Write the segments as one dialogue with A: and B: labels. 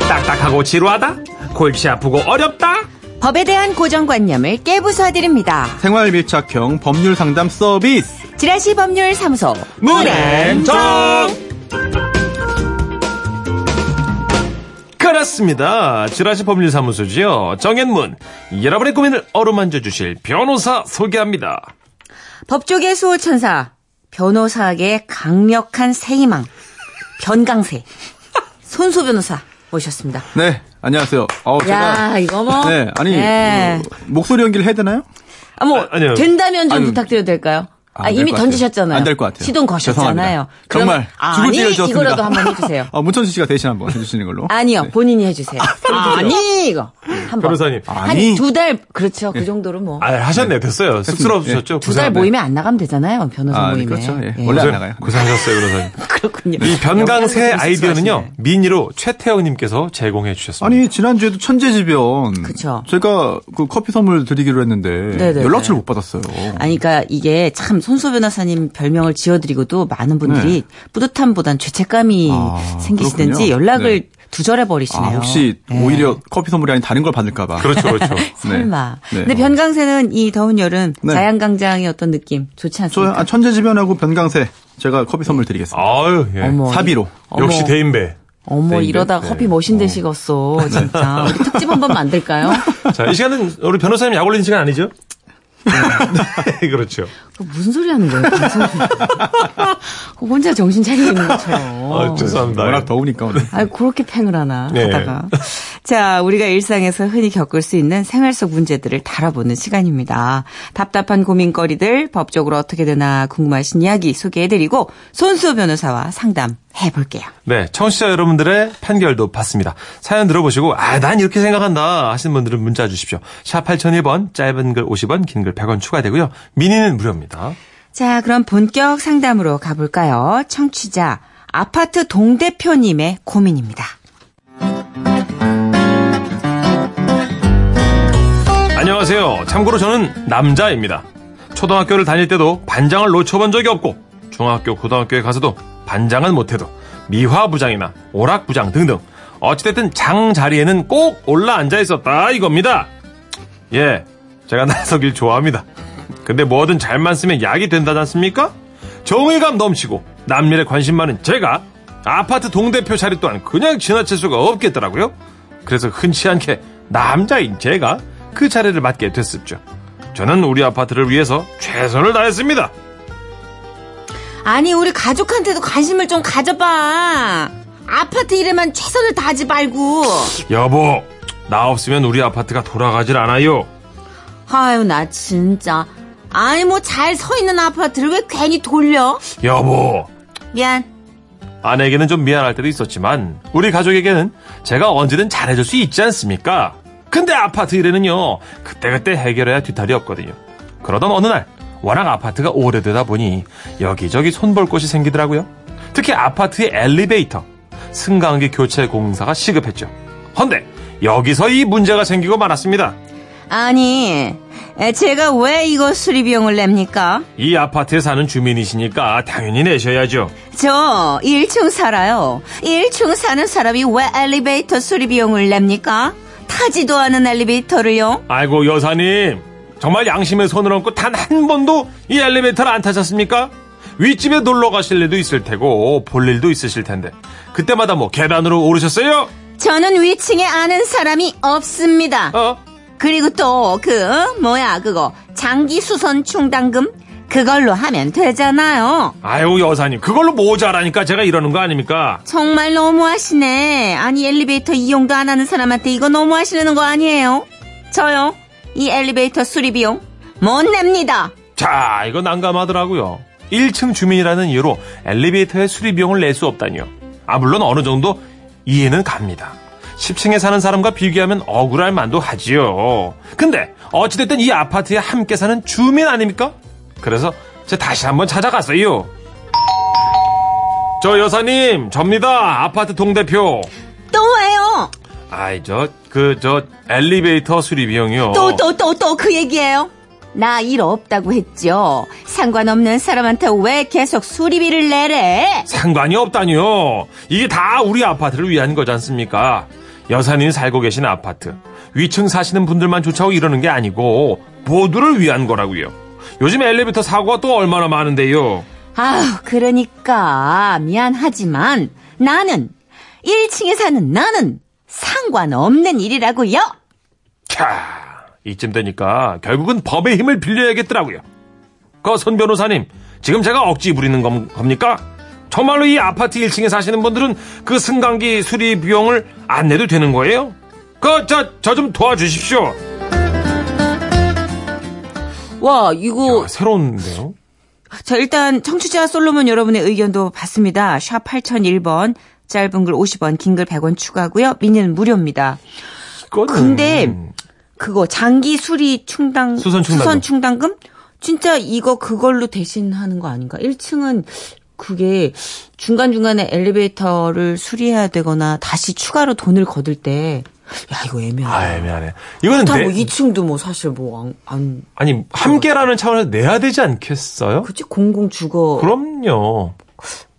A: 딱딱하고 지루하다? 골치 아프고 어렵다?
B: 법에 대한 고정관념을 깨부숴드립니다.
C: 생활 밀착형 법률 상담 서비스.
B: 지라시 법률 사무소
A: 문앤정 그렇습니다. 지라시 법률사무소지요. 정앤문 여러분의 고민을 어루만져 주실 변호사 소개합니다.
B: 법조계 수호천사 변호사계 강력한 새희망 변강세 손소 변호사 모셨습니다.
C: 네, 안녕하세요. 어우, 제가.
B: 야 이거 뭐
C: 네, 아니,
B: 예.
C: 그, 목소리 연기를 해야 되나요?
B: 아, 뭐
A: 아, 아니요.
B: 된다면 좀 부탁드려도 될까요?
C: 안
B: 아,
C: 될
B: 이미
C: 것 같아요.
B: 던지셨잖아요.
C: 안될것 같아요.
B: 시동 거셨잖아요.
C: 죄송합니다.
B: 그럼-
C: 정말 죽을
B: 아니
C: 지를 지었습니다.
B: 이거라도 한번 해주세요.
C: 아, 문천수 씨가 대신 한번 해주시는 걸로.
B: 아니요,
C: 네.
B: 본인이 해주세요. 아, 니 이거 한번
A: 변호사님.
C: 아니. 네.
B: 한두 달 그렇죠 그 정도로 뭐.
A: 아, 하셨네요. 됐어요. 쑥스러우셨죠?
B: 네. 두 달 모임에 안 나가면 되잖아요, 변호사
C: 아, 네,
B: 모임에.
C: 그렇죠. 예. 원래 안 나가요.
A: 고생하셨어요, 변호사님.
B: 그렇군요.
A: 이 변강세
B: 네. 영광스러운
A: 아이디어는요,
B: 말씀하시네.
A: 민의로 최태영님께서 제공해 주셨습니다.
C: 아니, 지난주에도 천재지변.
B: 그쵸.
C: 제가 그 커피 선물 드리기로 했는데.
B: 네네네.
C: 연락처를 못 받았어요.
B: 아니, 그러니까 이게 참 손수 변호사님 별명을 지어드리고도 많은 분들이 뿌듯함보단 죄책감이
C: 네. 아,
B: 생기시든지
C: 그렇군요.
B: 연락을
C: 네.
B: 두절해
C: 아,
B: 버리시네요. 예.
C: 혹시 오히려 커피 선물이 아닌 다른 걸 받을까봐.
A: 그렇죠, 그렇죠.
B: 설마.
C: 네.
B: 근데 변강세는 이 더운 여름
C: 네.
B: 자양강장의 어떤 느낌 좋지
C: 저,
B: 않습니까?
C: 아, 천재지변하고 변강세. 제가 커피 선물 드리겠습니다.
A: 아유, 예.
B: 어머.
C: 사비로.
B: 어머.
A: 역시 대인배.
B: 어머
C: 네,
B: 이러다
C: 네.
B: 커피 머신 되시겠어 진짜. 우리 특집 한번 만들까요?
A: 자, 이 시간은 우리 변호사님 약 올리는 시간 아니죠?
C: 음.
A: 네, 그렇죠.
B: 그거 무슨 소리 하는 거예요? 무슨 소리. 혼자 정신 차리고 있는 것처럼.
A: 아, 죄송합니다.
C: 어, 워낙 더우니까 오늘.
B: 아, 그렇게 팽을 하나
A: 네.
B: 하다가. 자, 우리가 일상에서 흔히 겪을 수 있는 생활 속 문제들을 다뤄보는 시간입니다. 답답한 고민거리들, 법적으로 어떻게 되나 궁금하신 이야기 소개해드리고 손수 변호사와 상담해볼게요.
A: 네, 청취자 여러분들의 판결도 받습니다. 사연 들어보시고, 아, 난 이렇게 생각한다 하시는 분들은 문자 주십시오. 샵 8001번, 짧은 글 50원, 긴 글 100원 추가되고요. 미니는 무료입니다.
B: 자, 그럼 본격 상담으로 가볼까요? 청취자 아파트 동대표님의 고민입니다.
A: 안녕하세요. 참고로 저는 남자입니다. 초등학교를 다닐 때도 반장을 놓쳐본 적이 없고, 중학교, 고등학교에 가서도 반장은 못해도 미화부장이나 오락부장 등등 어찌됐든 장 자리에는 꼭 올라 앉아 있었다 이겁니다. 예, 제가 나서길 좋아합니다. 근데 뭐든 잘만 쓰면 약이 된다지 않습니까? 정의감 넘치고 남일에 관심 많은 제가 아파트 동대표 자리 또한 그냥 지나칠 수가 없겠더라고요. 그래서 흔치 않게 남자인 제가 그 자리를 맡게 됐었죠. 저는 우리 아파트를 위해서 최선을 다했습니다.
B: 아니, 우리 가족한테도 관심을 좀 가져봐. 아파트 일에만 최선을 다하지 말고.
A: 여보, 나 없으면 우리 아파트가 돌아가질 않아요.
B: 아유, 나 진짜. 아니, 뭐 잘 서 있는 아파트를 왜 괜히 돌려?
A: 여보,
B: 미안.
A: 아내에게는 좀 미안할 때도 있었지만 우리 가족에게는 제가 언제든 잘해줄 수 있지 않습니까? 근데 아파트 일에는요 그때그때 해결해야 뒤탈이 없거든요. 그러던 어느 날 워낙 아파트가 오래되다 보니 여기저기 손볼 곳이 생기더라고요. 특히 아파트의 엘리베이터 승강기 교체 공사가 시급했죠. 헌데 여기서 이 문제가 생기고 말았습니다.
B: 아니, 에, 제가 왜 이거 수리비용을 냅니까?
A: 이 아파트에 사는 주민이시니까 당연히 내셔야죠.
B: 저 1층 살아요. 1층 사는 사람이 왜 엘리베이터 수리비용을 냅니까? 타지도 않은 엘리베이터를요?
A: 아이고 여사님 정말 양심의 손을 얹고 단 한 번도 이 엘리베이터를 안 타셨습니까? 윗집에 놀러 가실 일도 있을 테고 볼 일도 있으실 텐데 그때마다 뭐 계단으로 오르셨어요?
B: 저는 위층에 아는 사람이 없습니다.
A: 어?
B: 그리고 또, 그, 뭐야, 그거, 장기 수선 충당금? 그걸로 하면 되잖아요.
A: 아이고 여사님 그걸로 모자라니까 제가 이러는 거 아닙니까?
B: 정말 너무하시네. 아니, 엘리베이터 이용도 안 하는 사람한테 이거 너무하시는 거 아니에요? 저요, 이 엘리베이터 수리비용 못 냅니다.
A: 자 이거 난감하더라고요 1층 주민이라는 이유로 엘리베이터의 수리 비용을 낼 수 없다니요 아 물론 어느 정도 이해는 갑니다 10층에 사는 사람과 비교하면 억울할 만도 하지요 근데 어찌됐든 이 아파트에 함께 사는 주민 아닙니까? 그래서 제가 다시 한번 찾아갔어요 저 여사님 접니다 아파트 동대표
B: 또 왜요?
A: 아이 저 그 저 엘리베이터 수리 비용이요
B: 또, 또, 또, 또 그 얘기예요? 나 일 없다고 했죠. 상관없는 사람한테 왜 계속 수리비를 내래?
A: 상관이 없다니요. 이게 다 우리 아파트를 위한 거지 않습니까? 여사님이 살고 계신 아파트 위층 사시는 분들만 좋다고 이러는 게 아니고 모두를 위한 거라고요. 요즘 엘리베이터 사고가 또 얼마나 많은데요.
D: 아우, 그러니까 미안하지만 나는 1층에 사는 나는 상관없는 일이라고요.
A: 캬, 이쯤 되니까 결국은 법의 힘을 빌려야겠더라고요. 거선 변호사님, 지금 제가 억지 부리는 겁, 니까 정말로 이 아파트 1층에 사시는 분들은 그 승강기 수리 비용을 안 내도 되는 거예요? 그, 저, 저 좀 도와주십시오.
B: 와, 이거
A: 아, 새로운데요?
B: 자, 일단 청취자 솔로몬 여러분의 의견도 받습니다. 샵 8001번, 짧은 글 50원, 긴 글 100원 추가하고요. 미니는 무료입니다.
A: 이거는.
B: 근데 그거 장기 수리 충당
A: 수선 충당금.
B: 금 진짜 이거 그걸로 대신하는 거 아닌가? 1층은 그게 중간중간에 엘리베이터를 수리해야 되거나 다시 추가로 돈을 거둘 때 야, 이거 애매하다.
A: 아, 애매하네. 이거는
B: 그렇다고
A: 내,
B: 2층도 뭐 사실 뭐 안 안,
A: 아니, 함께라는 차원에서 내야 되지 않겠어요?
B: 그치 공공 주거
A: 그럼요.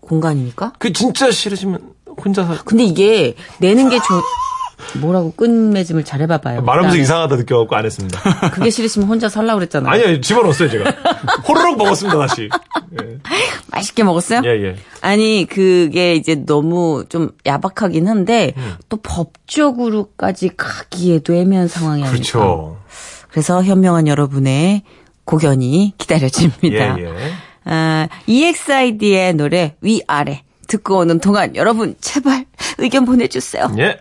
B: 공간이니까?
A: 그 진짜 싫으시면 혼자 사.
B: 근데 이게 내는 게 좋. 뭐라고 끝맺음을 잘 해봐봐요.
A: 말하면서
B: 그다음에
A: 이상하다 느껴갖고 안 했습니다.
B: 그게 싫으시면 혼자 살라 그랬잖아요.
A: 아니요, 집어넣었어요, 제가. 호로록 먹었습니다, 다시.
B: 맛있게 먹었어요?
A: 예, 예.
B: 아니 그게 이제 너무 좀 야박하긴 한데
A: 음.
B: 또 법적으로까지 가기에도 애매한 상황이 아닐까.
A: 그렇죠.
B: 그래서 현명한 여러분의 고견이 기다려집니다.
A: 예, 예.
B: 아, EXID의 노래 위아래 듣고 오는 동안 여러분 제발 의견 보내주세요.
A: 예.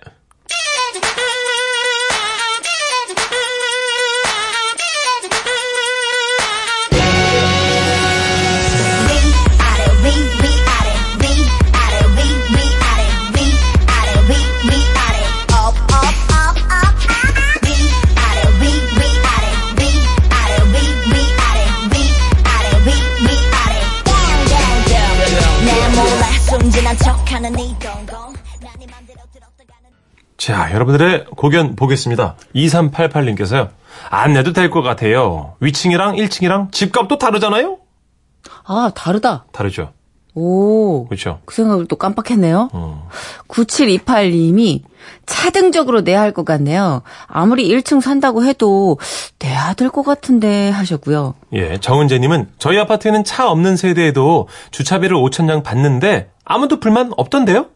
E: 숨진한 척하는 이 동공 난네 맘대로 들었다가는
A: 자, 여러분들의 고견 보겠습니다. 2388님께서요. 안 내도 될 것 같아요. 위층이랑 1층이랑 집값도 다르잖아요?
B: 아 다르다.
A: 다르죠.
B: 오.
A: 그렇죠.
B: 그 생각을 또 깜빡했네요.
A: 어.
B: 9728님이 차등적으로 내야 할 것 같네요. 아무리 1층 산다고 해도 내야 될 것 같은데 하셨고요.
A: 예, 정은재님은 저희 아파트에는 차 없는 세대에도 주차비를 5천냥 받는데 아무도 불만 없던데요?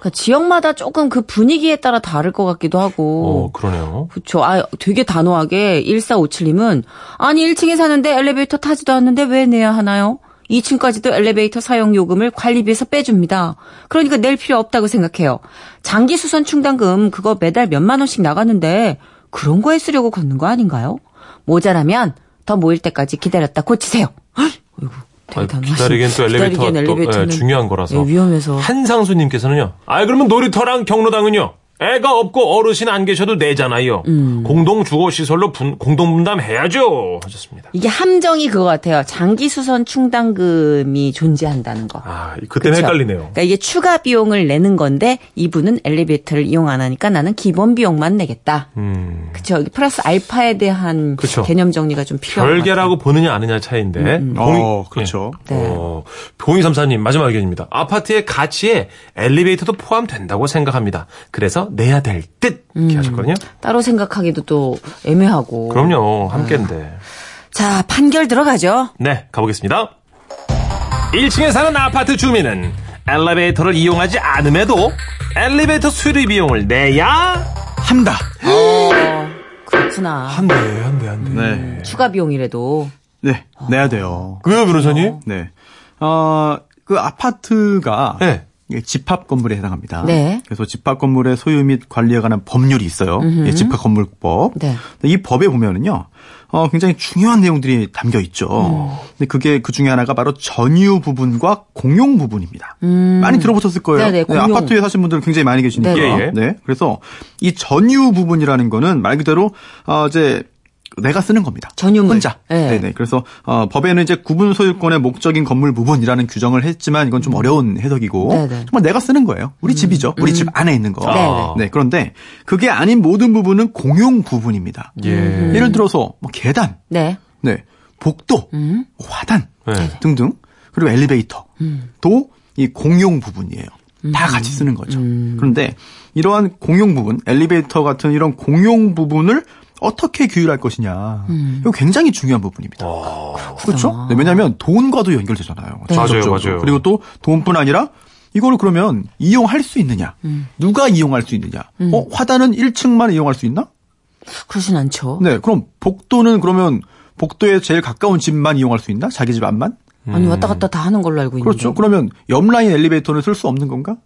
B: 그러니까 지역마다 조금 그 분위기에 따라 다를 것 같기도 하고.
A: 오, 그러네요.
B: 그쵸. 아, 되게 단호하게 1457님은 아니 1층에 사는데 엘리베이터 타지도 않는데 왜 내야 하나요? 2층까지도 엘리베이터 사용 요금을 관리비에서 빼줍니다. 그러니까 낼 필요 없다고 생각해요. 장기 수선 충당금 그거 매달 몇만 원씩 나가는데 그런 거에 쓰려고 걷는 거 아닌가요? 모자라면 더 모일 때까지 기다렸다 고치세요. 헉! 어이구, 되게
A: 아니,
B: 단호하시네.
A: 기다리기엔 또 엘리베이터가
B: 기다리기엔
A: 또,
B: 엘리베이터는
A: 예, 중요한 거라서.
B: 예, 위험해서.
A: 한상수님께서는요. 아 그러면 놀이터랑 경로당은요. 애가 없고 어르신 안 계셔도 내잖아요. 공동 주거 시설로 공동 분담해야죠. 하셨습니다.
B: 이게 함정이 그거 같아요. 장기 수선 충당금이 존재한다는 거.
A: 아 그때는
B: 그쵸?
A: 헷갈리네요.
B: 그러니까 이게 추가 비용을 내는 건데 이분은 엘리베이터를 이용 안 하니까 나는 기본 비용만 내겠다.
A: 음,
B: 그렇죠. 이게 플러스 알파에 대한
A: 그쵸.
B: 개념 정리가 좀 필요한 것 같아요.
A: 별개라고 보느냐 아느냐 차이인데.
C: 어, 그렇죠.
A: 예. 어, 봉이삼사님 마지막 의견입니다. 아파트의 가치에 엘리베이터도 포함된다고 생각합니다. 그래서 내야 될 듯. 이렇게 하셨거든요.
B: 따로 생각하기도 또 애매하고.
A: 그럼요. 함께인데.
B: 자 판결 들어가죠.
A: 네, 가보겠습니다. 1층에 사는 아파트 주민은 엘리베이터를 이용하지 않음에도 엘리베이터 수리 비용을 내야
C: 한다.
B: 어, 그렇구나.
A: 한대, 한대, 한대.
C: 네.
B: 추가 비용이라도
C: 네. 내야 돼요.
A: 왜요, 변호사님?
C: 네. 어, 그 아파트가
A: 네.
C: 이게 집합 건물에 해당합니다.
B: 네.
C: 그래서 집합 건물의 소유 및 관리에 관한 법률이 있어요. 예, 집합 건물법.
B: 네.
C: 근데 이 법에 보면은요. 어, 굉장히 중요한 내용들이 담겨 있죠.
B: 음.
C: 근데 그게 그 중에 하나가 바로 전유 부분과 공용 부분입니다. 많이 들어보셨을 거예요.
B: 음. 네네, 공용.
C: 아파트에 사신 분들 굉장히 많이 계시니까.
B: 네.
A: 예, 예.
C: 네. 그래서 이 전유 부분이라는 거는 말 그대로 어, 이제 내가 쓰는 겁니다.
B: 전유물.
C: 혼자.
B: 네.
C: 네네. 네, 그래서 어, 법에는 이제 구분 소유권의 목적인 건물 부분이라는 규정을 했지만 이건 좀 어려운 해석이고
B: 네네. 음. 아.
C: 정말 내가 쓰는 거예요. 우리 집이죠. 우리 집 안에 있는 거.
A: 네네.
C: 네, 그런데 그게 아닌 모든 부분은 공용 부분입니다.
A: 예.
C: 예를 들어서 뭐 계단,
B: 네.
C: 네, 복도, 화단
A: 네.
C: 등등 그리고 엘리베이터 도 이 공용 부분이에요. 다 같이 쓰는 거죠. 그런데 이러한 공용 부분, 엘리베이터 같은 이런 공용 부분을 어떻게 규율할 것이냐. 이거 굉장히 중요한 부분입니다. 그렇죠? 네, 왜냐하면 돈과도 연결되잖아요. 직접적으로.
A: 맞아요.
C: 그리고 또 돈뿐 아니라 이걸 그러면 이용할 수 있느냐? 누가 이용할 수 있느냐? 어, 화단은 1층만 이용할 수 있나?
D: 그러진
B: 어.
D: 않죠.
C: 네, 그럼 복도는 그러면 복도에 제일 가까운 집만 이용할 수 있나? 자기 집 앞만?
D: 아니 왔다 갔다 다 하는 걸로 알고 있는데.
C: 그렇죠. 그러면 옆 라인 엘리베이터는 쓸 수 없는 건가?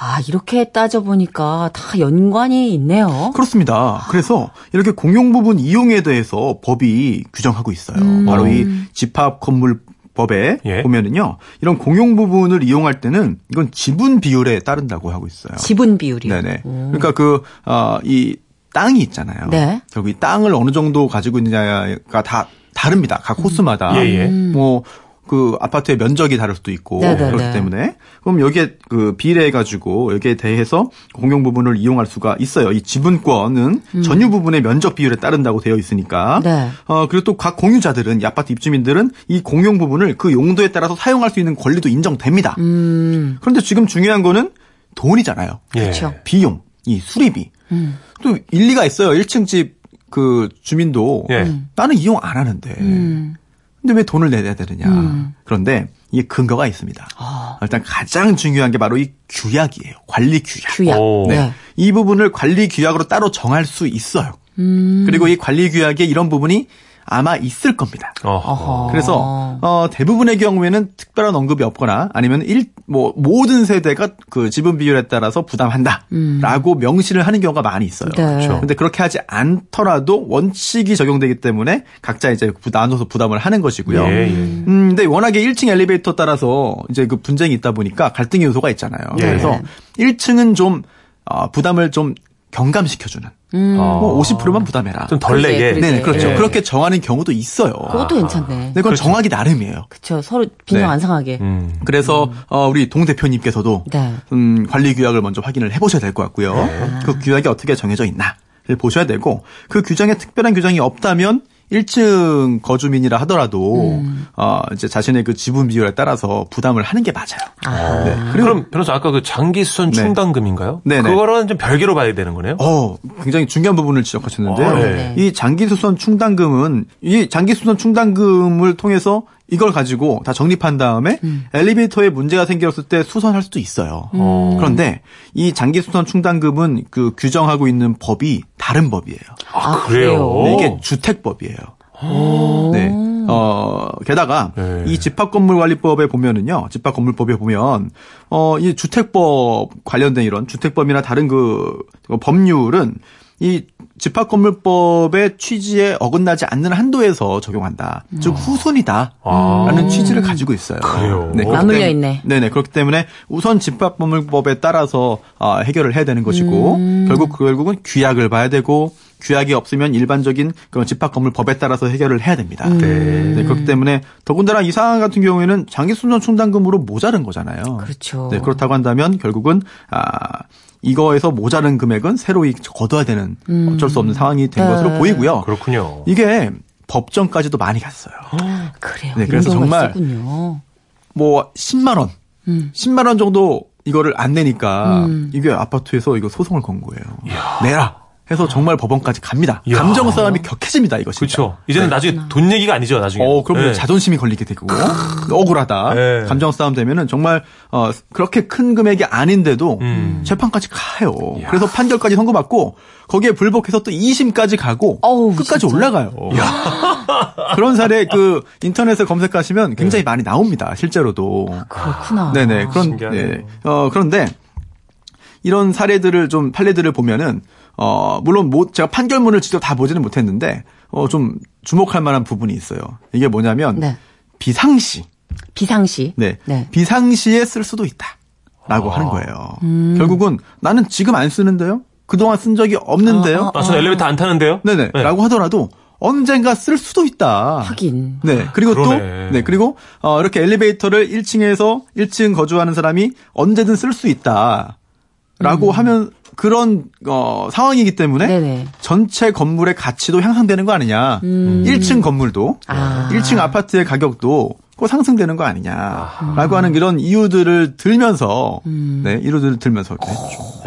D: 아 이렇게 따져 보니까 다 연관이
B: 어.
D: 있네요.
C: 그렇습니다. 그래서 이렇게 공용 부분 이용에 대해서 법이 규정하고 있어요. 바로 이 집합 건물 법에
A: 예.
C: 보면은요, 이런 공용 부분을 이용할 때는 이건 지분 비율에 따른다고 하고 있어요.
D: 지분 비율이.
C: 네네. 그러니까 그, 어, 이 땅이 있잖아요.
D: 네.
C: 결국 이 땅을 어느 정도 가지고 있느냐가 다 다릅니다. 각
D: 음.
C: 호수마다.
A: 예, 예.
C: 뭐, 그 아파트의 면적이 다를 수도 있고
D: 네네네.
C: 그렇기 때문에 그럼 여기에 그 비례해 가지고 여기에 대해서 공용 부분을 이용할 수가 있어요. 이 지분권은 전유 부분의 면적 비율에 따른다고 되어 있으니까.
D: 음. 네.
C: 어 그리고 또 각 공유자들은 이 아파트 입주민들은 이 공용 부분을 그 용도에 따라서 사용할 수 있는 권리도 인정됩니다.
D: 음.
C: 그런데 지금 중요한 거는 돈이잖아요.
A: 예.
D: 그렇죠.
C: 어. 비용, 이 수리비. 또 일리가 있어요. 1층 집 그 주민도
A: 예. 음.
C: 나는 이용 안 하는데. 근데 왜 돈을 내야 되느냐. 그런데 이게 근거가 있습니다. 일단 가장 중요한 게 바로 이 규약이에요. 관리 규약.
D: 규약.
A: 오.
D: 네.
C: 이 부분을 관리 규약으로 따로 정할 수 있어요. 그리고 이 관리 규약에 이런 부분이 아마 있을 겁니다.
A: 어.
D: 아.
C: 그래서 어, 대부분의 경우에는 특별한 언급이 없거나 아니면 일 뭐 모든 세대가 그 지분 비율에 따라서 부담한다라고 명시를 하는 경우가 많이 있어요.
D: 음. 네.
A: 그렇죠.
C: 근데 그렇게 하지 않더라도 원칙이 적용되기 때문에 각자 이제 부- 나눠서 부담을 하는 것이고요.
A: 예, 예.
C: 음, 근데 워낙에 1층 엘리베이터 따라서 이제 그 분쟁이 있다 보니까 갈등 요소가 있잖아요.
A: 예.
D: 네.
C: 그래서 1층은 좀 어, 부담을 좀 경감시켜주는
A: 아. 어,
C: 뭐 50%만 부담해라.
A: 좀 덜
D: 그러게,
A: 내게.
D: 음. 그러게.
C: 네네 그렇죠.
A: 예.
C: 그렇게 정하는 경우도 있어요.
D: 그것도 괜찮네.
C: 근데 그건 정하기 나름이에요.
D: 그렇죠. 서로 빈정
C: 네.
D: 안 상하게.
A: 음.
C: 그래서 어, 우리 동 대표님께서도
D: 네.
C: 음, 관리 규약을 먼저 확인을 해보셔야 될 것 같고요. 그 규약이 어떻게 정해져 있나를 보셔야 되고 그 규정에 특별한 규정이 없다면 1층 거주민이라 하더라도 어, 이제 자신의 그 지분 비율에 따라서 부담을 하는 게 맞아요. 네.
A: 그럼 변호사 아까 그 장기 수선
C: 네.
A: 충당금인가요?
C: 네네.
A: 그거랑은 좀 별개로 봐야 되는 거네요.
C: 어, 굉장히 중요한 부분을 지적하셨는데요.
A: 아, 네.
C: 이 장기수선 충당금은 이 장기수선 충당금을 통해서 이걸 가지고 다 적립한 다음에 엘리베이터에 문제가 생겼을 때 수선할 수도 있어요. 그런데 이 장기수선 충당금은 그 규정하고 있는 법이 다른 법이에요.
A: 아,
D: 아,
A: 그래요?
C: 네, 이게 주택법이에요. 네. 어, 게다가
A: 네.
C: 이 집합건물관리법에 보면은요, 집합건물법에 보면, 어, 이 주택법 관련된 이런 주택법이나 다른 그 법률은 이 집합건물법의 취지에 어긋나지 않는 한도에서 적용한다. 즉, 후순이다.
A: 음. 아.
C: 라는 취지를 가지고 있어요.
A: 그래요?
C: 그렇기
D: 맞물려
C: 때문에-
D: 있네.
C: 네네. 그렇기 때문에 우선 집합법률법에 따라서 아, 해결을 해야 되는 것이고
D: 음.
C: 결국 결국은 규약을 봐야 되고 규약이 없으면 일반적인 그런 집합건물법에 따라서 해결을 해야 됩니다.
D: 음.
C: 네, 그렇기 때문에 더군다나 이 상황 같은 경우에는 장기 순전 충당금으로 모자른 거잖아요.
D: 그렇죠.
C: 네, 그렇다고 한다면 결국은 아 이거에서 모자른 금액은 새로 이- 거둬야 되는
D: 음.
C: 어쩔 수 없는 상황이 된
D: 네.
C: 것으로 보이고요.
A: 그렇군요.
C: 이게 법정까지도 많이 갔어요.
D: 그래요.
C: 네,
D: 이런
C: 그래서
D: 경우가
C: 정말
D: 있었군요.
C: 뭐 10만 원,
D: 음.
C: 10만 원 정도 이거를 안 내니까 이게 아파트에서 이거 소송을 건 거예요. 내라 해서 정말 법원까지 갑니다.
A: 이야.
C: 감정 싸움이 격해집니다 이것이.
A: 그렇죠. 이제는 나중에 돈 얘기가 아니죠, 나중에.
C: 어, 그럼
A: 네.
C: 자존심이 걸리게 되고 억울하다.
A: 네.
C: 감정 싸움 되면은 정말 어 그렇게 큰 금액이 아닌데도
A: 음.
C: 재판까지 가요. 그래서 판결까지 선고받고 거기에 불복해서 또 2심까지 가고
D: 어우,
C: 끝까지
D: 진짜.
C: 올라가요. 그런 사례 그 인터넷에 검색하시면 굉장히 많이 나옵니다. 실제로도.
D: 그렇구나.
C: 아. 네네. 그런,
A: 아, 신기하네요.
C: 예. 어, 그런데 이런 사례들을 좀 판례들을 보면은 어, 물론 뭐 제가 판결문을 직접 다 보지는 못했는데 어, 좀 주목할 만한 부분이 있어요. 이게 뭐냐면
D: 네.
C: 비상시.
D: 비상시.
C: 네.
D: 네.
C: 비상시에 쓸 수도 있다. 라고 하는
A: 아.
C: 거예요.
A: 음.
C: 결국은 나는 지금 안 쓰는데요? 그동안 쓴 적이 없는데요?
A: 아, 저 엘리베이터 안 타는데요?
C: 네네.
A: 네.
C: 라고 하더라도 언젠가 쓸 수도 있다.
D: 하긴.
C: 네. 그리고
A: 그러네.
C: 또, 네. 그리고, 어, 이렇게 엘리베이터를 1층에서 1층 거주하는 사람이 언제든 쓸 수 있다. 라고 하면 그런, 어, 상황이기 때문에
D: 네네.
C: 전체 건물의 가치도 향상되는 거 아니냐. 1층 건물도,
D: 아.
C: 1층 아파트의 가격도 그 상승되는 거 아니냐라고 하는 이런 이유들을 들면서 네 이유들을 들면서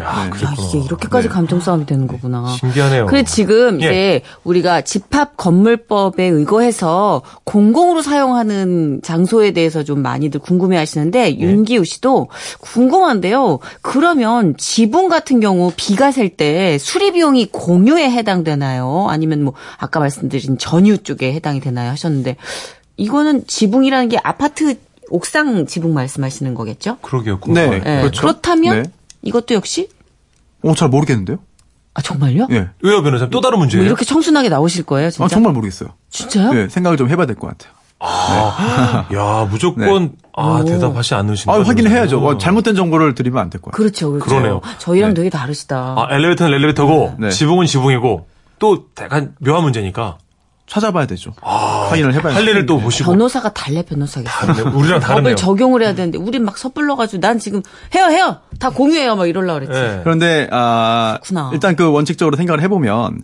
A: 야,
B: 야,
D: 아,
B: 이게
C: 네.
B: 이렇게까지 감정 싸움이 되는 거구나.
A: 신기하네요.
C: 그렇죠.
B: 그래 지금
A: 예.
B: 이제 우리가 집합 건물법에 의거해서 공공으로 사용하는 장소에 대해서 좀 많이들
C: 예.
B: 궁금해하시는데 윤기우 씨도 궁금한데요. 그러면 지붕 같은 경우 비가 셀 때 수리 비용이 공유에 해당되나요? 아니면 뭐 아까 말씀드린 전유 쪽에 해당이 되나요? 하셨는데 이거는 지붕이라는 게 아파트 옥상 지붕 말씀하시는 거겠죠?
A: 그러게요.
C: 네.
A: 궁금하네.
C: 그렇죠.
B: 렇다면
C: 네.
B: 이것도 역시
C: 어잘 모르겠는데요.
B: 아 정말요?
C: 예.
A: 의외 변호사님 또 다른
B: 뭐
A: 문제예요.
B: 이렇게 청순하게 나오실 거예요, 진짜?
C: 아, 정말 모르겠어요.
B: 진짜요?
C: 예, 생각을 좀 해봐야 될 것 같아요. 네.
A: 아, 야, 무조건 아 대답하지 않으신
C: 아,
A: 거예요.
C: 확인해야죠. 와, 잘못된 정보를 드리면 안 될 거예요.
B: 그렇죠, 그렇죠.
A: 그러네요.
B: 저희랑 되게 다르시다.
A: 아, 엘리베이터는 엘리베이터고
C: 네.
A: 그 지붕은 지붕이고 또 약간 묘한 문제니까
C: 찾아봐야 되죠. 확인을 해봐야
A: 할 일을 또 보시고
B: 변호사가 달래 변호사겠어.
A: 다르네. 우리랑 다르네요.
B: 법을 적용을 해야 되는데 우린 막 섣불러가지고 난 지금 해요, 해요, 다 공유해요, 막 이럴라 그랬지.
A: 예.
C: 그런데 아
B: 그렇구나.
C: 일단 그 원칙적으로 생각을 해보면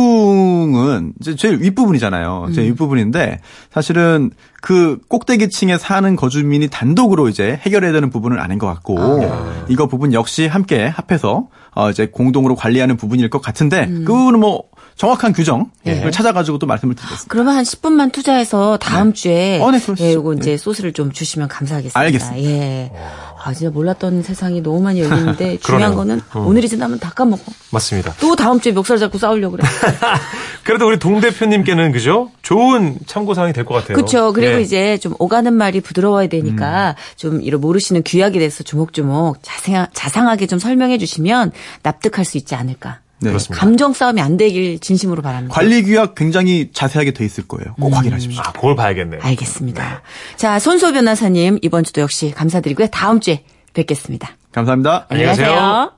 C: 지붕은 이제 제일 윗부분이잖아요.
A: 음.
C: 제일 윗부분인데 사실은 그 꼭대기층에 사는 거주민이 단독으로 이제 해결해야 되는 부분은 아닌 것 같고
A: 네.
C: 이거 부분 역시 함께 합해서 어 이제 공동으로 관리하는 부분일 것 같은데
A: 음.
C: 그 부분은 뭐 정확한 규정을
A: 예.
C: 찾아가지고 또 말씀을 드리겠습니다.
B: 그러면 한 10분만 투자해서 다음 주에
C: 어, 네, 그러시죠.
B: 예, 요거 이제 소스를 좀 주시면 감사하겠습니다.
C: 알겠습니다.
B: 예. 아, 진짜 몰랐던 세상이 너무 많이 열리는데 중요한 거는 오늘이 지나면 다 까먹어.
A: 맞습니다.
B: 또 다음 주에 멱살 잡고 싸우려고 그래.
A: 그래도 우리 동 대표님께는 그죠? 좋은 참고 사항이 될 것 같아요.
B: 그렇죠. 그리고
A: 예. 음.
B: 이제 좀 오가는 말이 부드러워야 되니까 좀 이런 모르시는 귀하게 대해서 조목조목 자생, 자상하게 좀 설명해 주시면 납득할 수 있지 않을까.
C: 네.
A: 그렇습니다.
B: 감정 싸움이 안 되길 진심으로 바랍니다.
C: 관리 규약 굉장히 자세하게 돼 있을 거예요. 꼭 확인하십시오.
A: 아, 그걸 봐야겠네요.
B: 알겠습니다. 자, 손소 변호사님 이번 주도 역시 감사드리고요. 다음 주에 뵙겠습니다.
C: 감사합니다.
A: 안녕히 가세요.
B: 안녕히 가세요.